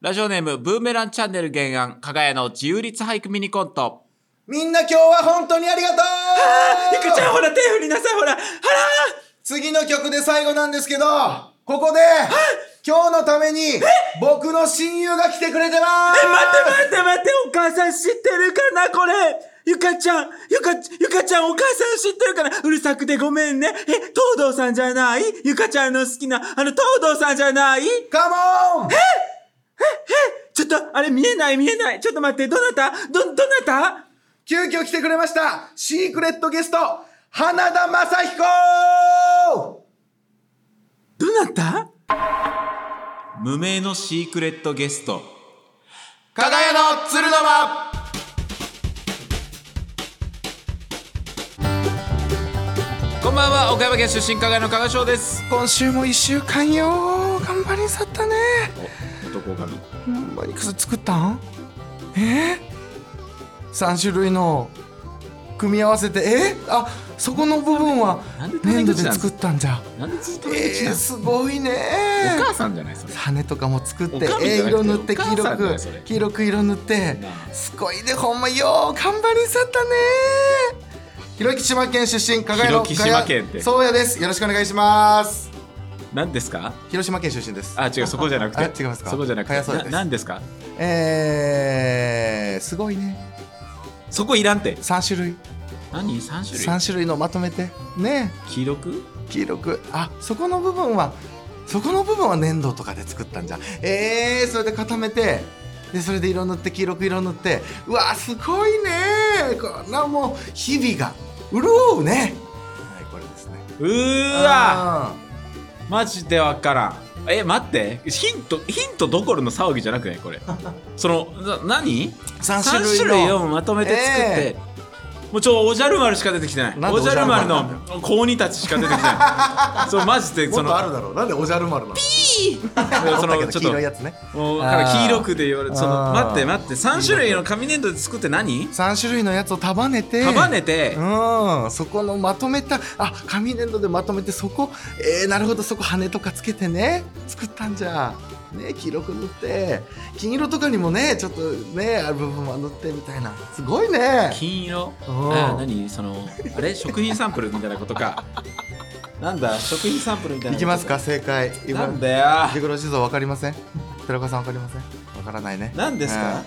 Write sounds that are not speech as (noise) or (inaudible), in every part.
ラジオネーム、ブーメランチャンネル原案、加賀屋の自由律俳句ミニコント。みんな今日は本当にありがとういくちゃん、ほら、手振りなさい、ほら。あら次の曲で最後なんですけど、ここで、今日のために、僕の親友が来てくれてますえ、待って待って待って、お母さん知ってるかなこれ。ゆかちゃん、ゆか、ゆかちゃんお母さん知ってるかなうるさくてごめんね。え、東堂さんじゃないゆかちゃんの好きな、あの東堂さんじゃないカモンちょっと、あれ見えない見えない。ちょっと待って、どなたど、どなた急遽来てくれましたシークレットゲスト、花田正彦どなた無名のシークレットゲスト。加賀屋の鶴の間こんばんは、岡山県出身、加賀屋の加賀翔です。今週も一週間よ頑張りんさったね男狼。何か作ったんえ三種類の組み合わせてえあそこの部分はなんでタメ粘土口でなん作ったんじゃなんでずっとえー、すごいねお母さんじゃない、それ。羽とかも作っておかみじえゃなーくて色塗ってお母黄さ色んだよくそれ黄色く色塗ってなあすごいねほんまよう頑張りんさったね広木島県出身加賀屋の広木島県ってそうやですよろしくお願いします何ですか広島県出身ですあ、違う、そこじゃなくあて。違いますかそこじゃなく加賀そうでて。す何ですかえー、すごいねそこいらんて。 3種類何 ?3 種類3種類のまとめてね黄色く黄色くあそこの部分はそこの部分は粘土とかで作ったんじゃえー、それで固めてでそれで色塗って黄色く色塗ってうわーすごいねこんなもう日々が潤うねはいこれですねうーわマジでわからん。え、待って。ヒント、ヒントどころの騒ぎじゃなくないこれ。その、な何3 ?3 種種類類のをまとめて作って。もうちょ、おじゃる丸しか出てきてない。なんでおじゃる丸おじゃる丸なの高2たちしか出てきてない。そう、マジで、そもっとあの、るだろうなんでおじゃる丸なのそあったけの、どち黄ょっ色いと、やつねもう、から黄色くで言われて、その、あー待って待って、3種類の紙粘土で作って何3種類のやつを束ねて束ねて、うん、そこのまとめたあ紙粘土でまとめてそこえー、なるほどそこ羽とかつけてね作ったんじゃね黄色く塗って金色とかにもねちょっとねある部分は塗ってみたいなすごいね金色うんあ何そのあれ食品サンプルみたいなことか (laughs) なんだ食品サンプルみたいいなこときますか正解今なんだジよグロ地蔵わかりません寺岡さんわかりませんわからないね何ですか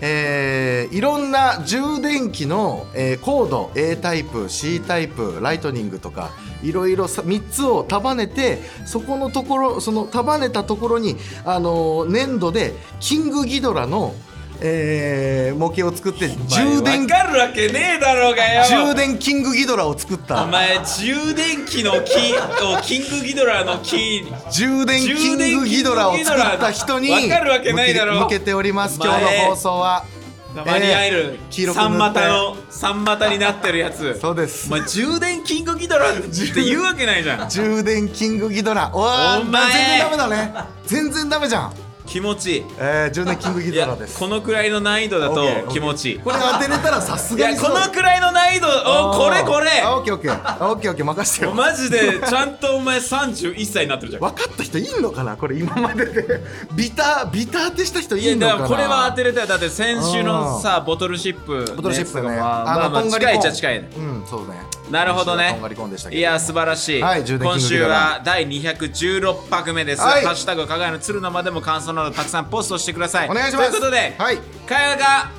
えーいろんな充電器の、えーコード A タイプ C タイプライトニングとかいろいろ3つを束ねてそこのところその束ねたところに、あのー粘土でキングギドラの、えー模型を作って充電分かるわけねえだろうがよ充電キングギドラを作っおた前充電器 (laughs) のキーをキングギドラのキー充電キングギドラを作った人にわかるわけないだろ向けております今日の放送は間に合える、黄色く塗っ三て股の三股になってるやつそうですお前充電キングギドラって言うわけないじ (laughs) ゃん充電キングギドラおわーお前全然ダメだね全然ダメじゃん、気持ちいいえー、充電キングギいドやラですここのくらいの難易度だオッケとーオッケー気持ちいいれ当てれたらさすいがやにこそのうくらいの難易度おこれこれあオッケーオッケーオッケーオッケー任せてもうよマジでちゃんとお前31歳になってるじゃん分かった人いんのかなこれ今までで (laughs) ビタービター当てした人いいやんのだかからなこれは当てれたよだって先週のさボトルシップボトルシップのねやつとかまあまあまあこんがり近いっちゃコーン近いねうんそうねなるほどねこんがりコーンでしたけいどや素晴らしい、はい充電今器具週だからは第216拍目です「はいハッシュタグ加賀屋の鶴の間」でも感想などたくさんポストしてくださいお願いしますということで、はい加賀が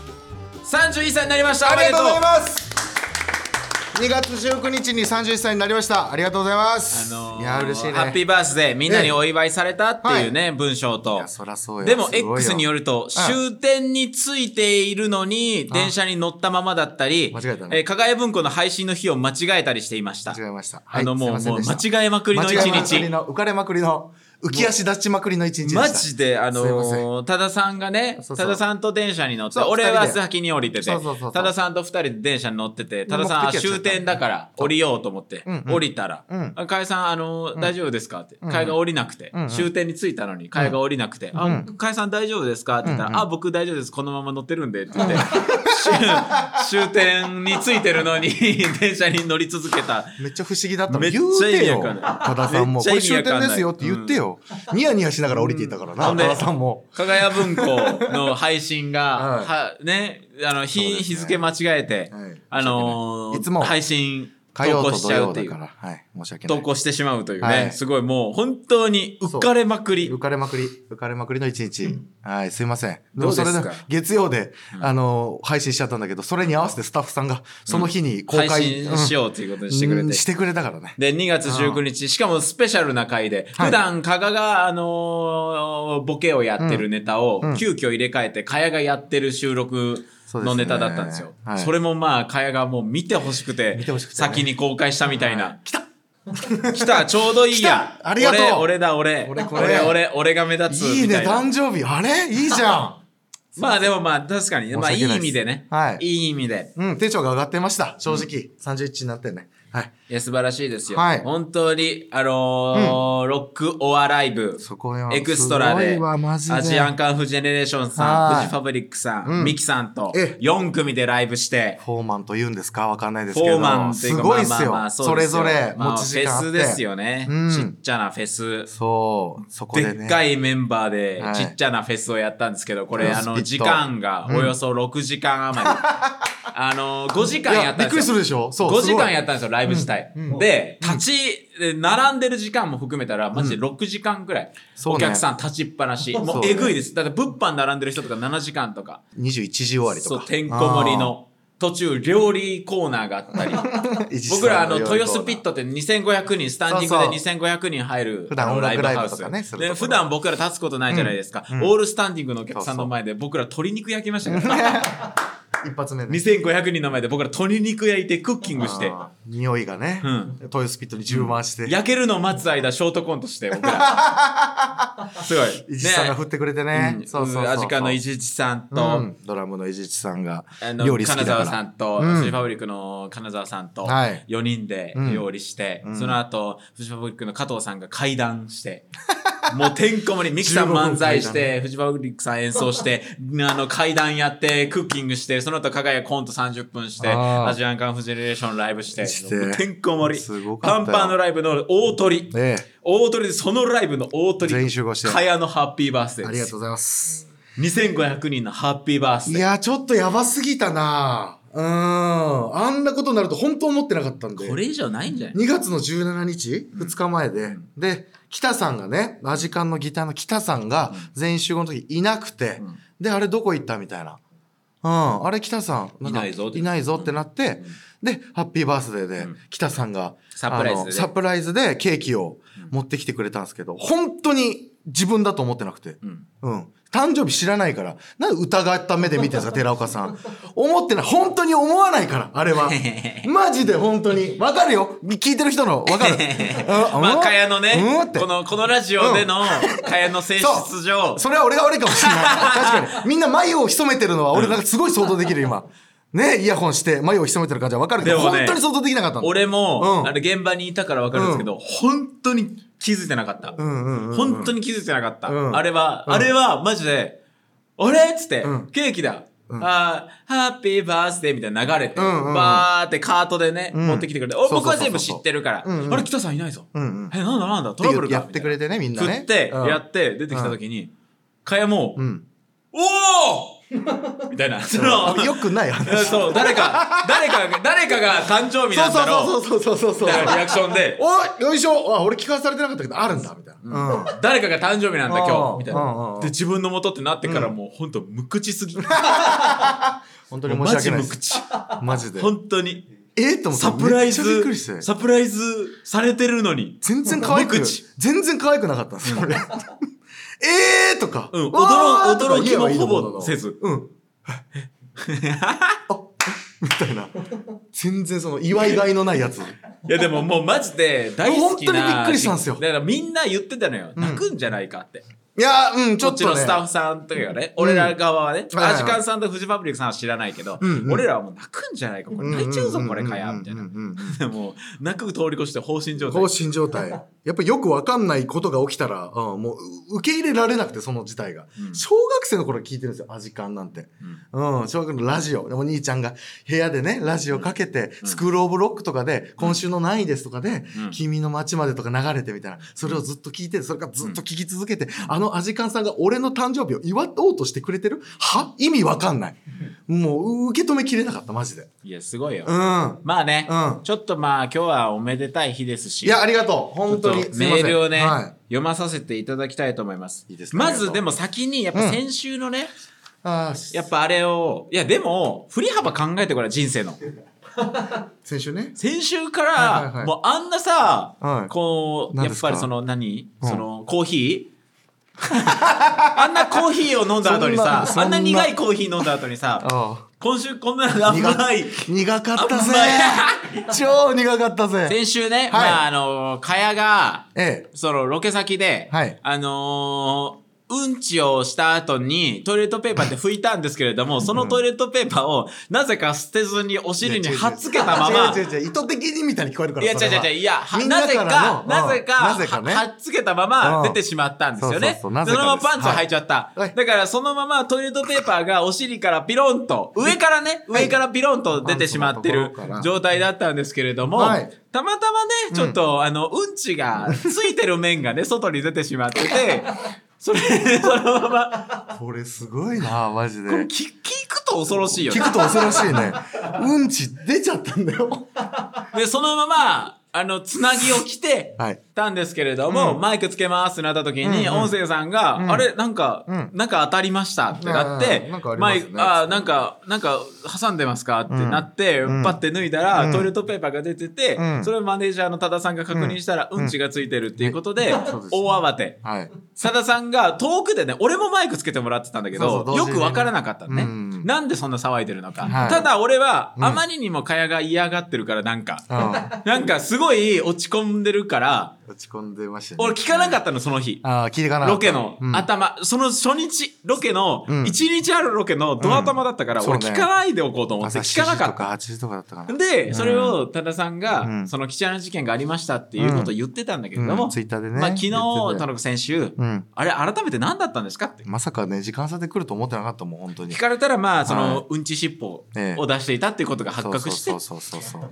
31歳になりましたありがとうございすます2月19日に31歳になりましたありがとうございます、あのーいや嬉しいねハッピーバースデーみんなにお祝いされたっていうね、文章いとやそらそうよでもすごい X によると終点についているのに電車に乗ったままだったり間違えたねー加賀谷文庫の配信の日を間違えたりしていました間違えました。あのはいもうすいませんでしたもう間違えまくりの一日間違えまくりの浮かれまくりの浮き足立ちまくりの一日でした。マジであすいませんのー多田さんがねそうそう多田さんと電車に乗ってそう俺二は人で先に降りててそうそうそうそう多田さんと二人で電車に乗ってて多田さん目あ的地やっ終ちゃった点だから降りようと思ってうんうん降りたらうん「加谷さんあのー大丈夫ですか?」って「ん加谷が降りなくてうんうん終点に着いたのに加谷が降りなくて「うあん加谷さん大丈夫ですか?」って言ったらうん「うんあ僕大丈夫ですこのまま乗ってるんで」って言 (laughs) って終終点に着いてるのに (laughs) 電車に乗り続けた。めっちゃ不思議だったの。めっち言うゃ意て味よ。わかんない多田さんも、めっこちゃ意味われ終かんな点でいすよって言ってよ。よ。ニヤニヤしながら降りていたからな、うんほんで原さんも。加賀屋文庫の配信が、 (laughs) ははいね、あの日そうですね日付間違えて、はいあのーいつも配信火曜投稿とし土ちゃ曜うってだいかう。ら。はい。申し訳な投い。稿してしまうというね、はいすごいもう本当に浮かれまくり浮。かれまくり、浮かれまくりの一日。はい、すいません。どうですかもそれ月曜で、あの、配信しちゃったんだけど、それに合わせてスタッフさんが、その日に公開、配信しよようということうにんしてくれて。うんしてくれたからね。で、2月19日、しかもスペシャルな回で、はい普段、加賀が、あのーボケをやってるネタをうんうん、急遽入れ替えて、加賀がやってる収録のネタだったんですよ。そそうですねはれいもまあ、加賀がもう見てほしくて、見てほしくてね先に公開したみたいな。来た (laughs) 来た、ちょうどいいや来。たありがとう俺、俺だ、俺。俺俺、これ俺、俺が目立ついいみね、たいな。誕生日。あれいいじゃ (laughs) ん。まあでもまあ、確かに、まあ、い申しい訳ないです意味でね。はいいい意味で。うん、手帳が上がってました。正直。31になってね。はい。いや、素晴らしいですよ。はい本当に、あのーロックオアライブ、そこはエクストラすごでいわマジでアジアンカンフジェネレーションはさいん、フジファブリックさん、うんミキさんとええ4組でライブして、フォーマンと言うんですかわかんないですけど。フォーマンっていすうか、ごいっすよ。まあまあまあそうでれすよぞれま持あち時間あって、フェスですよね、うんちっちゃなフェス。そう、そこででね。っかいメンバーではいちっちゃなフェスをやったんですけど、これ、うんあスピットの、時間がおよそ6時間余り。 (laughs) あの、5時いや間やったびんでっすよ。くりするでしょそう。 5時間っやったんですよ、ライブ自体。で、立ち、で並んでる時間も含めたら、マジで6時間くらい、そうねお客さん立ちっぱなし。もうえぐいです。だって物販並んでる人とか7時間とか、 21時終わりとか。そう、てんこ盛りの、途中料理コーナーがあったり、あー。 (laughs) 一時僕らあの、料理豊洲ピットって2500人、スタンディングで2500人入る、普段あの音楽ライブとラかイねブハウするスとこでろ普段僕ら立つことないじゃないですか。うんうんオールスタンディングのお客さんの前で僕ら鶏肉焼きましたから (laughs) コーナー一発目で。 2500人の前で僕ら鶏肉焼いてクッキングして。あー匂いがね、うん豊洲ピットに充満して、焼けるのを待つ間ショートコントして僕ら (laughs) すごい伊地知さんが振ってくれてね、うんそうそうそうそうアジカンの伊地知さんと、うんドラムの伊地知さんがあの料理好きだ金から沢さんと、うんフジファブリックの金沢さんとはい4人でうん料理して、うんその後フジファブリックの加藤さんが会談して (laughs) もうてんこ盛りミキさん15分漫才し怪てフジファブリックさん演奏してあの会談やってクッキングしてその後加賀谷コント30分してあーアジアンカンフジェネレーションライブしてしてもうてんこ盛りすごかっパたよンパンのライブの大鳥え大鳥でそのライブの大鳥全員集合してかやのハッピーバースデえ、ーあでりすがとうございます2500人のハッピーバースいデーや、ちょっとやばすぎたなうーん。あんなことになると本当思ってなかったんで。これ以上ないんじゃない2月の17日 ?2 日前で。で、北さんがね、ラジカンのギターの北さんが全員集合の時いなくて、うんで、あれどこ行ったみたいな。うん、あれ北さん、んかいないぞっていないぞってなって、で、ハッピーバースデーでん北さんが、サプライズであのサプライズでケーキを持ってきてくれたんですけど、本当に自分だと思ってなくて。うんうん。誕生日知らないから、なんで疑った目で見てるんですか、寺岡さん。思ってない。本当に思わないから、あれ (laughs) は。マジで本当に。わかるよ。聞いてる人の、わ (laughs) かる。うんまあ、かやのね、うんってこ。の、このラジオでの、かやの性質上、それは俺が俺かもしれない。 (laughs) 確かに。みんな眉を潜めてるのは、俺なんかすごい想像できる、今。ね、イヤホンして眉を潜めてる感じはわかるけど、でもね本当に想像できなかったの。俺も、うんあの、現場にいたからわかるんですけど、本当に気づいてなかった。うんうんうん。本当に気づいてなかった。うんあれは、うんあれは、マジで、あれっつって、んケーキだ。あーハッピーバースデーみたいな流れて、うんうんバーってカートでね、ん持ってきてくれて、そうそうそうそう僕は全部知ってるから、うんうんあれ、北さんいないぞ。うんうんえ、なんだなんだ、トラブルか。やってくれてね、みんみなたいなね。振って、うんやって、出てきた時に、かやも、うん。おおみたいな。その、よくない話。そう、誰か、誰かが、誰かが誕生 (laughs) 日なんだろう。そうそうそうそうそうそうみたいなリアクションで、おいよいしょあ俺聞かされてなかったけどあるんだみたいな、うん誰かが誕生日なんだ今う日んみたいうんうんう。なんで、自分の元ってなってからもう本当無口すぎ。本当に申しマ訳ジない無です口。マジで本当に。えっと思ってサプライめっちゃびっズくりして、サプライズされてるのに。全然可愛く無口全然可愛くなかったんですよ、 (laughs) 俺えーとか、うんわーとか驚き言えばいいのもほぼせずうんあみたいな全然その祝いがいのないやついやでももうマジで大好きな。本当にびっくりしたんですよだからみんな言ってたのよ。泣くんじゃないかって。いやーうんちこょっっとちねのスタッフさんというかね、俺ら側はね、はいはいアジカンさんとフジファブリックさんは知らないけど、うんうん俺らはもう泣くんじゃないか、これ泣いちゃうぞ、これ、かや、みたいなうん。うんうんうんでもう、泣く通り越して放心状態放。心状 (laughs) 態やっぱよくわかんないことが起きたら、うん、もうう受け入れられなくてその事態が、うん小学生の頃聞いてるんですよアジカンなんて、うん小学のラジオでもお兄ちゃんが部屋でねラジオかけて、うんスクール・オブ・ロックとかで「今週の何位です」とかで、うん君の街まで」とか流れてみたいなそれをずっと聞いてそれからずっと聞き続けて、あのアジカンさんが俺の誕生日を祝おうとしてくれてるは意味わかんないもう受け止めきれなかったマジでいや、すごいよ。うんうんまあね、ちょっとまあ今日はおめでたい日ですし。いやありがとう本当にちょっとすいまメせんールをね、はい読まさせていただきたいと思います。いいですねまありがとずうでも先に、やっぱ先週のね、ああ、やっぱあれを、いやでも、振り幅考えてこれ人生の。先週ね。先週かはいはいはら、いもうあんなさ、はいこう、何やでっすかぱりその何、うんそのコーヒーあんなコーヒーを飲んだ後にさ、そんなあんなそんな苦いコーヒー飲んだ後にさ、あ今週こんな甘い。苦かったぜあ (laughs) 超苦かったぜ先週ね、まああの、かやが、ええ。そのロケ先で、はいあのーうんちをした後にトイレットペーパーで拭いたんですけれども、そのトイレットペーパーをなぜか捨てずにお尻に貼っつけたまま、違う違う違う意図的にみたいに聞こえるかいや、ら。違うそ違れうは違う、いや、はみんなぜらのか、うんなぜか、なぜかね。は貼っつけたままう出んてしまったんですよそうね。そうそそのうまなぜかまですパンツを履いちゃったはい。だからそのままトイレットペーパーがお尻からピロンと、上からね、はい上からピロンと出てしまってパンるツのところから状態だったんですけれどもはい、たまたまね、ちょっと、あの、うんちがついてる面が (laughs) ね、外に出てしまってて、それ、そのまま、これすごいな、マジで。これ聞聞くと恐ろしいよね聞。くと恐ろしいね。うんち出ちゃったんだよ。で、そのまま、あの、つなぎを着て、はいたんですけれども、うんマイクつけますってなった時に、うんうん音声さんが、うんあれ、なんか、うんなんか当たりましたってなっうてん、なんかありまマすイねク、あー、なんか、なんか、挟んでますかってなって、うんパッて脱いだら、うんトイレットペーパーが出てて、うんそれをマネージャーの多田さんが確認したら、う、うんんちがついてるっていうことで、そうです大慌て。はい。佐田さんが遠くでね、俺もマイクつけてもらってたんだけど、そうそう同よ時にくわからなかったのね、うんなんでそんな騒いでるのか。はいただ俺は、うんあまりにもかやが嫌がってるから、なんか、あなんかすごい落ち込んでるから、落ち込んでましたね。俺聞かなかったの、その日。ああ、聞いてかなかったロケのうん頭、その初日、ロケの、うん一日あるロケのド頭だったから、うん俺そう聞ねかないでおこうと思って、朝聞7かな時かとったか。8時とかだったかな。で、んそれを多田さんが、うんその貴重な事件がありましたっていうことを言ってたんだけれども、うんツイッターでねまあ昨日、言ってたよ田中選手、うん。あれ改めて何だったんですかってまさかね、時間差で来ると思ってなかったもん、本当に聞。かれたらまあそはのうんち尻尾ええを出していたっていうことが発覚してそうそうそうそうそう。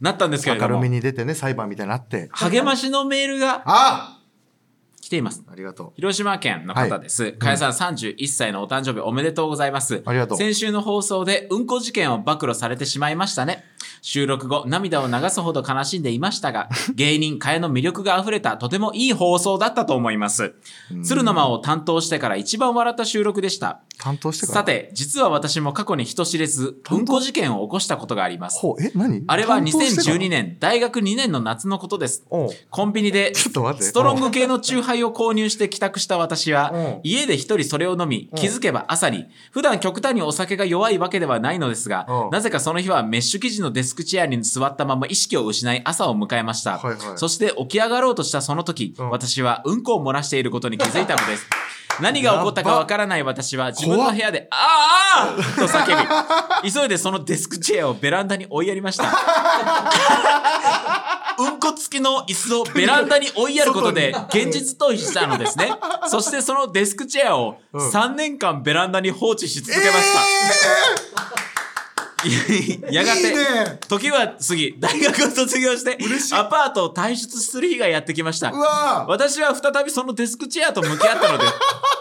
なったんですけれ明どるもみに出てね、裁判みたいになって。励ましのメールがあ来ていますありがと広島県の方です。かやさん31歳のお誕生日おめでとうございます。ありがとう先週の放送でうんこ事件を暴露されてしまいましたね。収録後、涙を流すほど悲しんでいました (laughs) が、芸人かやの魅力が溢れたとてもいい放送だったと思います。鶴の間を担当してから一番笑った収録でした。う。担当してから。さて、実は私も過去に人知れず、うんこ事件を起こしたことがあります。ほう、え、何あれは担当してから2012年、大学2年の夏のことです。おうコンビニで、ちょっと待ってストロング系のチューハイを購入して帰宅した私はうん、家で一人それを飲み、気づけば朝に、普段極端にお酒が弱いわけではないのですがう、んなぜかその日はメッシュ生地のデスクチェアに座ったまま意識を失い朝を迎えました。はいはいそして起き上がろうとしたその時、うん私はうんこを漏らしていることに気づいたの (laughs) です。何が起こったかわからない私は自分の部屋で、あーあーと叫び、 (laughs) 急いでそのデスクチェアをベランダに追いやりました。うんこ付きの椅子をベランダに追いやること (laughs) で現実逃避したのですね。そしてそのデスクチェアをん3年間ベランダに放置し続けました。 (laughs) やがていいね時は過ぎ、大学を卒業してアパートを退出する日がやってきました。うわー私は再びそのデスクチェアと向き合 (laughs) ったので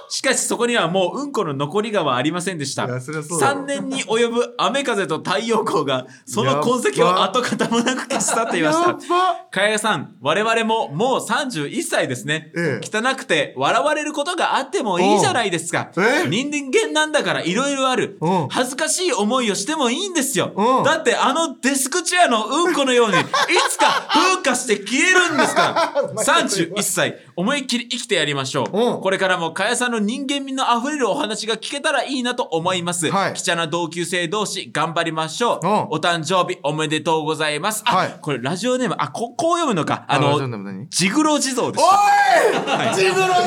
しかしそこにはもううんこの残りがはありませんでしたいやそりゃそうだろ3年に及ぶ雨風と太陽光がその痕跡やっをば跡形もなく消し去っていましたかやさん我々ももう31歳ですね、ええ汚くて笑われることがあってもいいじゃないですかおうえ人間なんだからいろいろあるうん恥ずかしい思いをしてもいいんですようんだってあのデスクチェアのうんこの (laughs) ようにいつか風化して消えるんですから31歳思いっきり生きてやりましょううんこれからもかやさんの人間味のあふれるお話が聞けたらいいなと思います。はい貴重な同級生同士頑張りましょう。うんお誕生日おめでとうございます。あ、はいこれラジオネーム、あ、こ、こう読むのか。あラジオネの、ーム何ジグロ地蔵でしおた。いジグロジさ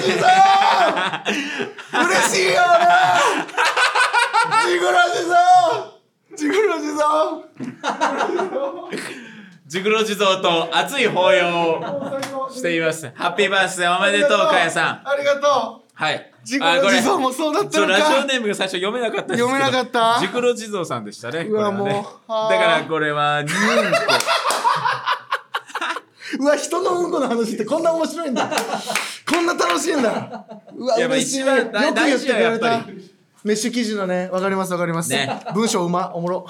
ん嬉しいよなジグロジさんジグロジさんジグロ地蔵と熱い抱擁をしています。ハッピーバースデーおめでとう、かやさん。ありがとうはい。ジグロジさんもあこそうだっれたちょのラジオかネームが最初読めなかったんですけど読めなかったジクロ地蔵さんでしたね。うわこれはねもうあーだからこれは、ニュンコ。 (laughs) うわ人のうんこの話ってこんな面白い (laughs) んだこんな楽しいんだうわやっぱ嬉し一いよ番大く言ってくれ大事よやたっぱメッシュ記事のねわかりますわかります、ね文章うまおもろ、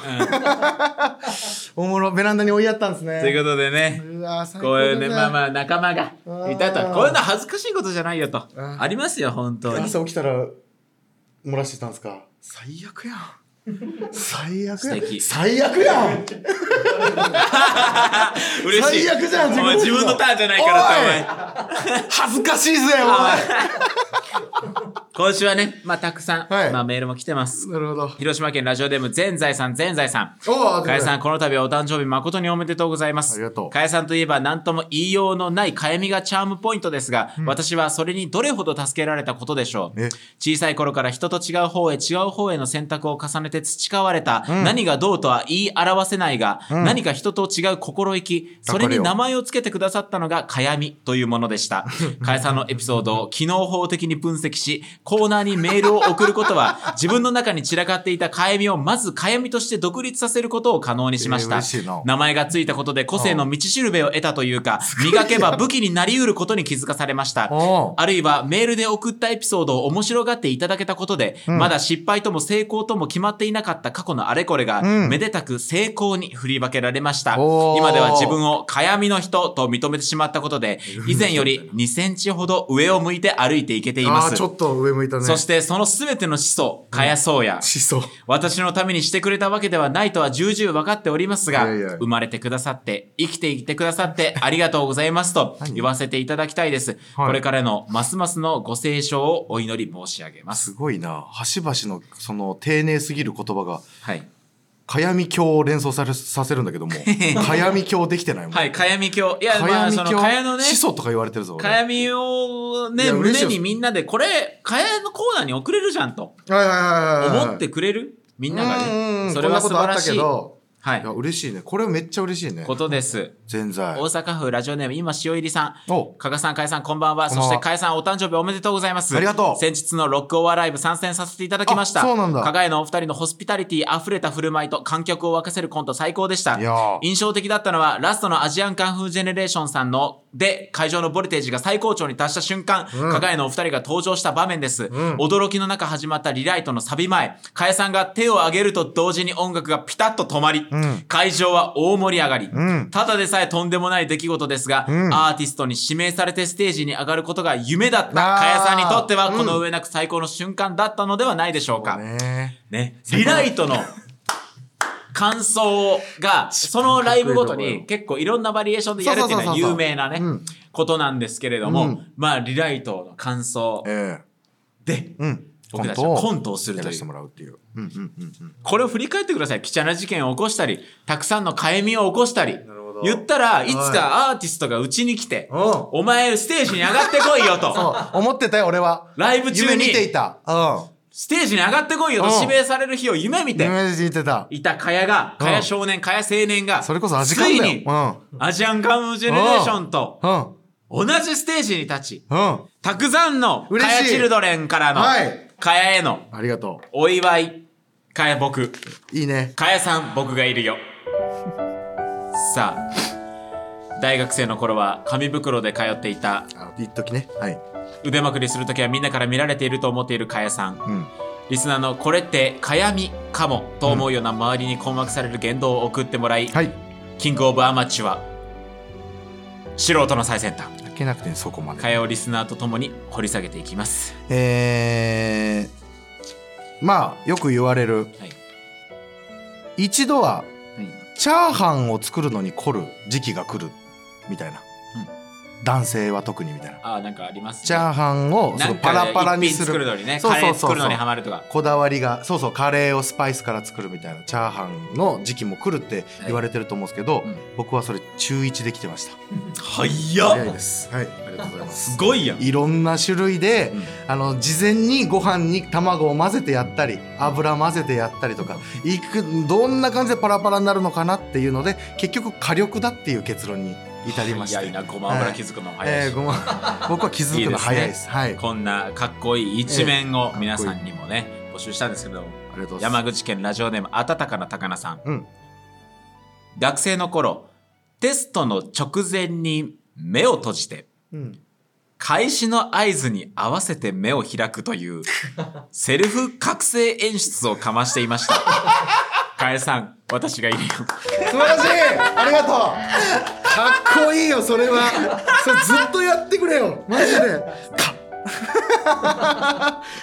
(laughs) おもろベランダに追いやったんですねということでね、うわ最高こういうね、だまあまあ仲間がいたうと。んこういうの恥ずかしいことじゃないよと。んありますよ、本当に。朝起きたら漏らしてたんですか最悪やん最悪素やん敵最悪やん嬉しい。最悪じゃんお前自自分分ののターンじゃないからって、お前。恥ずかしいぜお (laughs) 今週はね、まあたくさん、はいまあメールも来てます。前なるほど広島県ラジオデーム、全財さん、全財さん。おおかやさん、この度はお誕生日誠におめでとうございます。ありがとうかやさんといえば何とも言いようのないかやみがチャームポイントですが、私はそれにどれほど助けられたことでしょうえ。小さい頃から人と違う方へ違う方への選択を重ねて培われた、何がどうとは言い表せないが、何か人と違う心意気、それに名前をつけてくださったのがかやみというものでした。かやさんのエピソードを機能法的に分析し、コーナーにメールを送ることは、自分の中に散らかっていたかやみをまずかやみとして独立させることを可能にしましえーた。嬉しいな名前がついたことで個性の道しるべを得たというか、磨けば武器になりうることに気づかされました。おうあるいはメールで送ったエピソードを面白がっていただけたことで、まだ失敗とも成功とも決まっていなかった過去のあれこれが、うんめでたく成功に振り分けられました。おー今では自分をかやみの人と認めてしまったことで、以前より2センチほど上を向いて歩いていけていまあすーち。ょっと上向いたねそしてその全ての子孫、かやそうや、しそう私のためにしてくれたわけではないとは重々分かっておりますが、いやいや生まれてくださって、生きていてくださってありがとうございますと何言わせていただきたいです。はいこれからのますますのご清聴をお祈り申し上げます。すごいな端々のその丁寧すぎる言葉がはい。かやみ教を連想されさせるんだ (laughs) けどもかやみ教できてないもん、はい、かやみ教。いや、かまやあ、みその、教かやのね、始祖とか言われてるぞ俺かやみをいね、や嬉しい胸によみんなで、これ、かやのコーナーに送れるじゃんとはいはいはいはいはい思ってくれるみんながうんうんうね。んそれは素晴らしいこん。なこはとあったけどいいや。嬉しいねこれはめっちゃ嬉しいねことです。全大財阪府ラジオネーム今塩入りさんお加賀さん加谷さんこんばんはこんばそんはして加谷さんお誕生日おめでとうございますありがとう先日のロックオアライブ参戦させていただきましたあそうなんだ加賀谷のお二人のホスピタリティ溢れた振る舞いと観客を沸かせるコント最高でしたいやー印象的だったのはラストのアジアンカンフージェネレーションさんので会場のボルテージが最高潮に達した瞬間、加賀谷のお二人が登場した場面です、驚きの中始まったリライトのサビ前加谷さんが手を上げると同時に音楽がピタッと止まり、ん会場は大盛り上がり、んただでさえとんでもない出来事ですが、アーティストに指名されてステージに上がることが夢だったあー加谷さんにとってはこの上なく最高の瞬間だったのではないでしょうか、ねね、リライトの感想が、そのライブごとに結構いろんなバリエーションでやるっていうのは有名なねそうそうそうそう、ことなんですけれども、うんまあ、リライトの感想えでえ、うん僕たちはコントをするやとらいせてうも。らうっていううんうんうんうんこれを振り返ってください。貴重な事件を起こしたり、たくさんのかゆみを起こしたり。言ったら、いつかアーティストがうちに来て、うんお前ステージに上がってこいよと。そう思ってたよ俺はライブ中夢見てにいたうんステージに上がってこいようとん指名される日を夢見て、夢見てたいたかやが、うんかや少年、かや青年が、それこそ味感だつよいにう、んアジアンカムジェネレーションとうん同じステージに立ち、うんたくさんのか嬉しいやチルドレンからのはい、かやへのありがとお祝い、かや僕、ういいねかやさん、僕がいるよ。 (laughs) さあ、大学生の頃は紙袋で通っていた、あ一時ねはい腕まくりするときはみんなから見られていると思っているかやさん。うんリスナーのこれってかやみかもと思うような周りに困惑される言動を送ってもらい、はいキングオブアマチュア素人の最先端開けなくてそこまでかやをリスナーと共に掘り下げていきますえー、まあよく言われはるい、一度ははい、チャーハンを作るのに凝る時期が来るみたいな、男性は特にみたいなあーなんかありますねチャーハンをそなのんかパラパラに一す品作るるのにねそうカレそーうそう作るのにそうハマるとかこだわりがそうそうカレーをスパイスから作るみたいなチャーハンの時期も来るって言われてると思うんですけど、うん僕はそれ中1で来てました早早いっですはいありがとうございますすごいやんいろんな種類で、うんあの事前にご飯に卵を混ぜてやったり油混ぜてやったりとかいくどんな感じでパラパラになるのかなっていうので結局火力だっていう結論に至りました早いなごま油気づくの早いし、えーごま僕は気づくの早いですはいこんなかっこいい一面を皆さんにもね、募集したんですけれどもありがとうございま山口県ラジオネームあたたかな高菜さん、うん学生の頃テストの直前に目を閉じてす、うん、開始の合図に合わせて目を開くという (laughs) セルフ覚醒演出をかましていま (laughs) したカエさん私がいるよ素晴らしいありがとうかっこいいよそれはそれずっとやってくれよマジでか (laughs)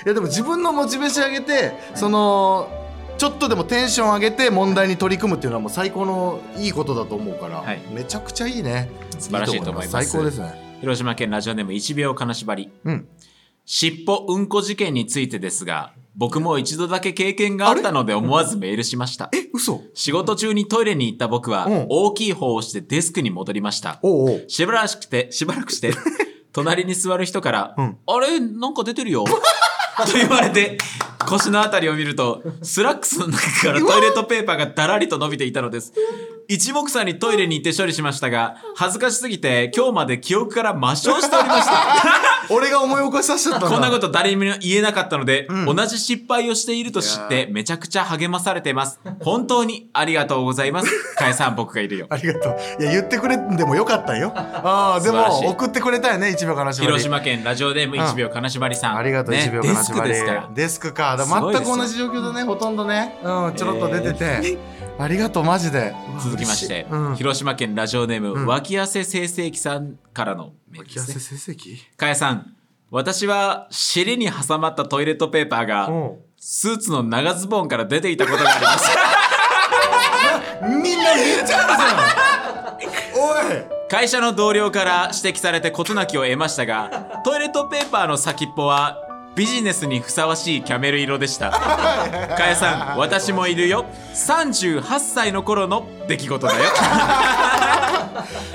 いやでも自分のモチベーション上げてそのちょっとでもテンション上げて問題に取り組むっていうのはもう最高のいいことだと思うから、はいめちゃくちゃいいね素晴らしいと思います最高ですね広島県ラジオネーム一秒金縛りうん尻尾うんこ事件についてですが僕も一度だけ経験があったので思わずメールしましたえ嘘仕事中にトイレに行った僕はうん大きい方をしてデスクに戻りましたおうおうしばらくして、しばらく (laughs) して、隣に座る人から、うんあれなんか出てるよ。と言われて、腰のあたりを見ると、スラックスの中からトイレットペーパーがだらりと伸びていたのです。一目散にトイレに行って処理しましたが、恥ずかしすぎて、今日まで記憶から抹消しておりました。俺が思い起こしさせちゃったこんなことと誰にも言えなかったので、うん同じ失敗をしていると知って、めちゃくちゃ励まされています。本当にありがとうございます。かえさん、僕がいるよ。ありがとういや言ってくれんでもよかったよああで素晴らしいも送ってくれたよね一秒悲しみ広島県ラジオネーム1秒金縛りさん。ありがとう、ね一秒デ悲スしクまでりすから。デスクかだすごいです全くよ同じ状況だねほとんどねうんちょろっと出てて、ありがとうマジでうわ続きまして、嬉いうん、広島県ラジオネーム、うん脇汗成績さんからのメールで気合すせね。成績かやさん、私は尻に挟まったトイレットペーパーが、スーツの長ズボンから出ていたことがあります。みんなめっちゃあるじゃんおい会社の同僚から指摘されて事なきを得ました (laughs) が、トイレットペーパーの先っぽは、ビジネスにふさわしいキャメル色でした。 (laughs) かやさん、私もいるよ。38歳の頃の出来事だよ。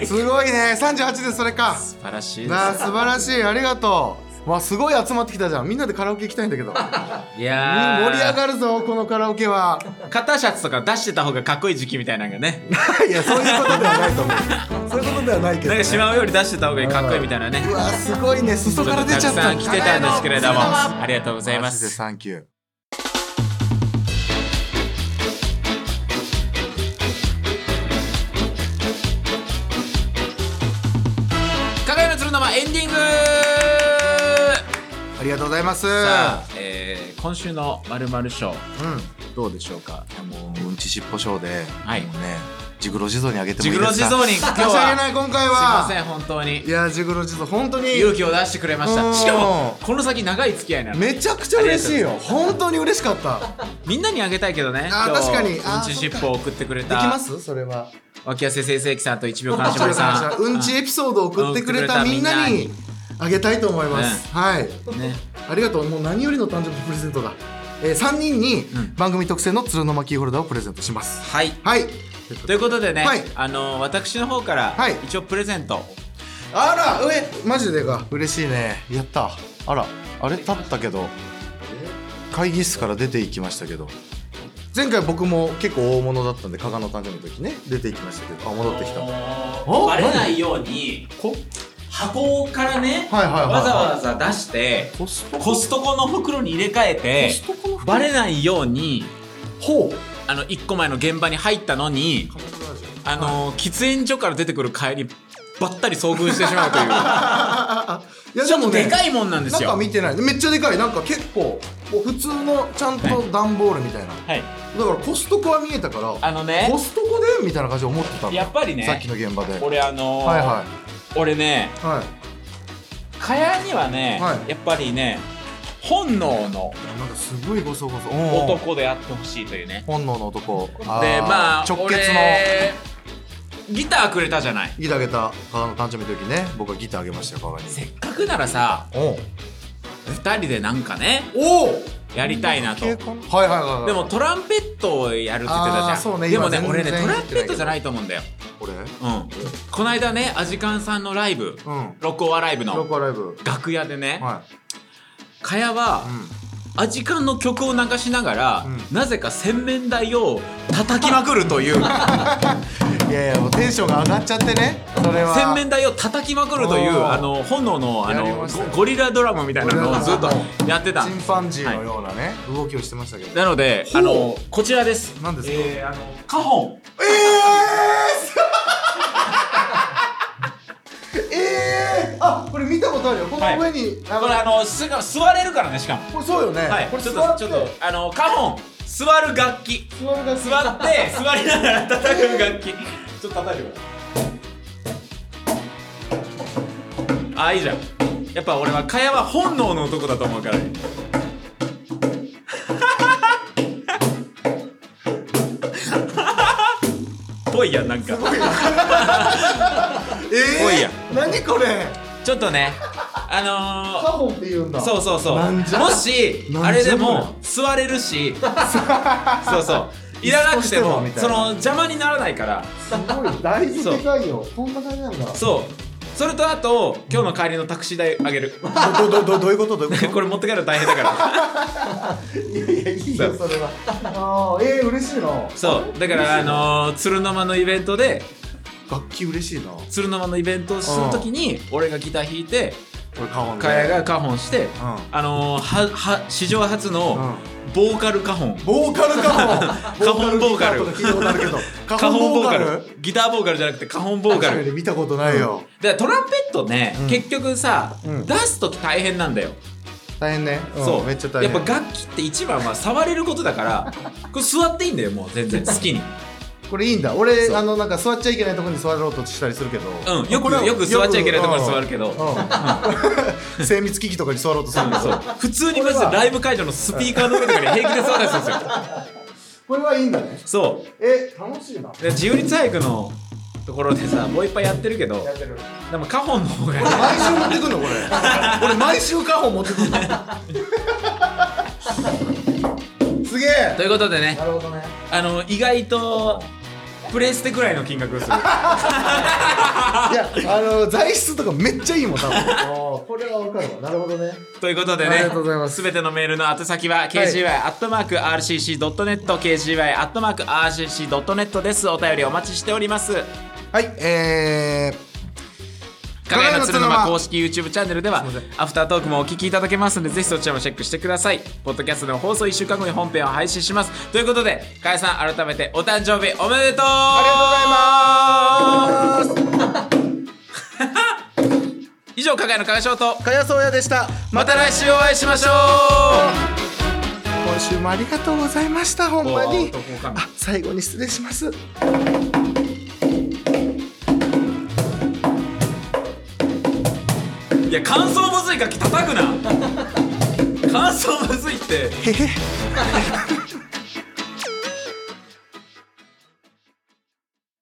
すごいね38でそれか素晴らしいです。なあ素晴らしいありがとうわすごい集まってきたじゃんみんなでカラオケ行きたいん (laughs) だけどうんいやー盛り上がるぞこのカラオケはカターシャツとか出してた方がかっこいい時期み (laughs) たいなのがねいやそういうことではないと思うそういうことではないけど、なねんかしまうより出してた方がいいかっこいいみたいなねうわすごいねちょ裾っとから出たくちゃったさん来てたんですけれどもあありがとうございりがまとうございますマジですサンキュー「輝の鶴の間」エンディングありがとうございますさあ、えー、今週の「まる賞う」どうでしょうかんもううんちしっぽショーで、はいもうねジグロ地蔵にあげてもいジいでグすかロ地蔵に今日申し訳はない今回すいまはせん本当いにやジグロ地蔵本当に勇気を出してくれましうたんしかもこの先長い付き合いなのめちゃくちゃ嬉しいよありがとうございます本当に嬉しかったみんなにあげたいけどねあー今日確かにうんちしっぽを送ってくれできまたすそれは脇汗せいせいきさんと一秒金縛りさんうんちエピソードを送ってくれたうんみんなみんにあげたいと思います、はいねありがとうもう何よりの誕生日プレゼントだ、えー、3人にん番組特製の鶴の巻キーホルダーをプレゼントしますはいはいということでね、はいあの私の方から、はい一応プレゼントあらえマジでか嬉しいねやったあらあれ立ったけど会議室から出ていきましたけど前回僕も結構大物だったんで加賀の誕生日の時ね出ていきましたけどあ戻ってきたはいおバレないように箱からね、はいはいはいわざわざ出してコスコストコの袋に入れ替えてコストコの袋バレないようにほうあの1個前の現場に入ったのにあの、喫煙所から出てくる帰りばったり遭遇してしまう (laughs) といういやちょっとねでかいもんなんですよ中見てないめっちゃでかいなんか結構こう普通のちゃんと段ボールみたいな、はいだからコストコは見えたからあのねコストコでみたいな感じで思ってたんだやっぱりねさっきの現場ではい俺あのはい俺ねはい蚊帳にはね、はいやっぱりね本能のなんかすごいごそごそうん男であってほしいというね本能の男ででまあ直結の俺ギターくれたじゃないギターあげた川の誕生日の時ね僕はギターあげましたよ川にせっかくならさおう2人でなんかねおうやりたいなとはいはいはいはいでもトランペットをやるって言ってたじゃんあーそうねでも今ね俺ね全然トランペットじゃないと思うんだよこれうんうんこの間ねアジカンさんのライブ、ロコアライブロッのカーライブ楽屋でね、は、かやはいうんアジカンの曲を流しながら、うなぜか洗面台を叩きまくると (laughs) いういやいやもうテンションが上がっちゃってねそれは洗面台を叩きまくるといおうーあの炎のあやりのましたよゴゴリラドラマみたいなのをずっとやってたチンパンジーのようなね、動きをしてましたけどなのであのこちらです何ですかえーあのカホンええー、えー、あこれ見たことあるよこの上に、あこれあのすが座れるからねしかもこれそうよね、はいこれちょ座っっとてちょっとあのカホン座る楽器座るだけ座って座りながら叩く楽器ちょっと叩いてくださいあいいじゃんやっぱ俺は蚊帳は本能の男だと思うからねぽいやんなんかえー、おいや何これちょっとねあのーカホンって言うんだそううそうそうなんじゃもしなんじゃあれでこも座れるしそうそういらなくても椅子としてもみたいなその邪魔にならないからすごい大事でかいよこんな感じなんだそうそれとあと今日の帰りのタクシー代あげる (laughs) どどどどういうことどういうここれ持って帰るの大変だからといやいやいいよそれはああえー、嬉しいなそうだからあのー、鶴の間のイベントで楽器嬉しいなこ鶴の間のイベントをするときに俺がギター弾いてれカホンでかやがカホンして、んあのー、はは史上初のボーカルカホン、ボーカルカホン (laughs) カホンボーカルボ聞いたことあるけど (laughs) カカホホンンボボーーカカルルギターボーカルじゃなくてカホンボーカル確かに見たことないよ、だからトランペットね、うん結局さ、うん出す時大変なんだよ、大変ね、うんそうめっちゃ大変やっぱ楽器って一番は触れることだからこれ座っていいんだよもう全 (laughs) 然好きにこれいいんだ俺そうあのなんか座っちゃいけないところに座ろうとしたりするけど、うんよくこれはよく座っちゃいけないところに座るけどうんうん精密機器とかに座ろうとするけそうど普通にマジでライブ会場のスピーカーの上とかに平気で座ったりするんですよこれはいいんだねそえ楽しいなうで自由律俳句のところでさもういっぱいやってるけ (laughs) どやってるでもカホンの方が毎週持ってくんのこれ俺毎週カホン持ってくんのすげえ (laughs) ということでねなるほどねあの意外とプレステくらいの金額 (laughs) するいやあの材質とかめっちゃいいもん (laughs) 多分これは分かるわなるほどねということでありねがとうございますべてのメールの宛先は kgy.rcc.net kgy.rcc.net ですお便りお待ちしておりますはいえ加賀屋の鶴の間公式 YouTube チャンネルではすいませアフタートークもお聞きいただけますのでぜひそちらもチェックしてくださいポッドキャストの放送1週間後に本編を配信しますということで加谷さん改めてお誕生日おめでとうありがとうございます以上加賀屋の加賀翔とー、かやそうやでしたまた来週お会いしましょう今週もありがとうございましたほんまにおー男かあ最後に失礼しますいや感想むずい楽器叩くな感想むずいってへへ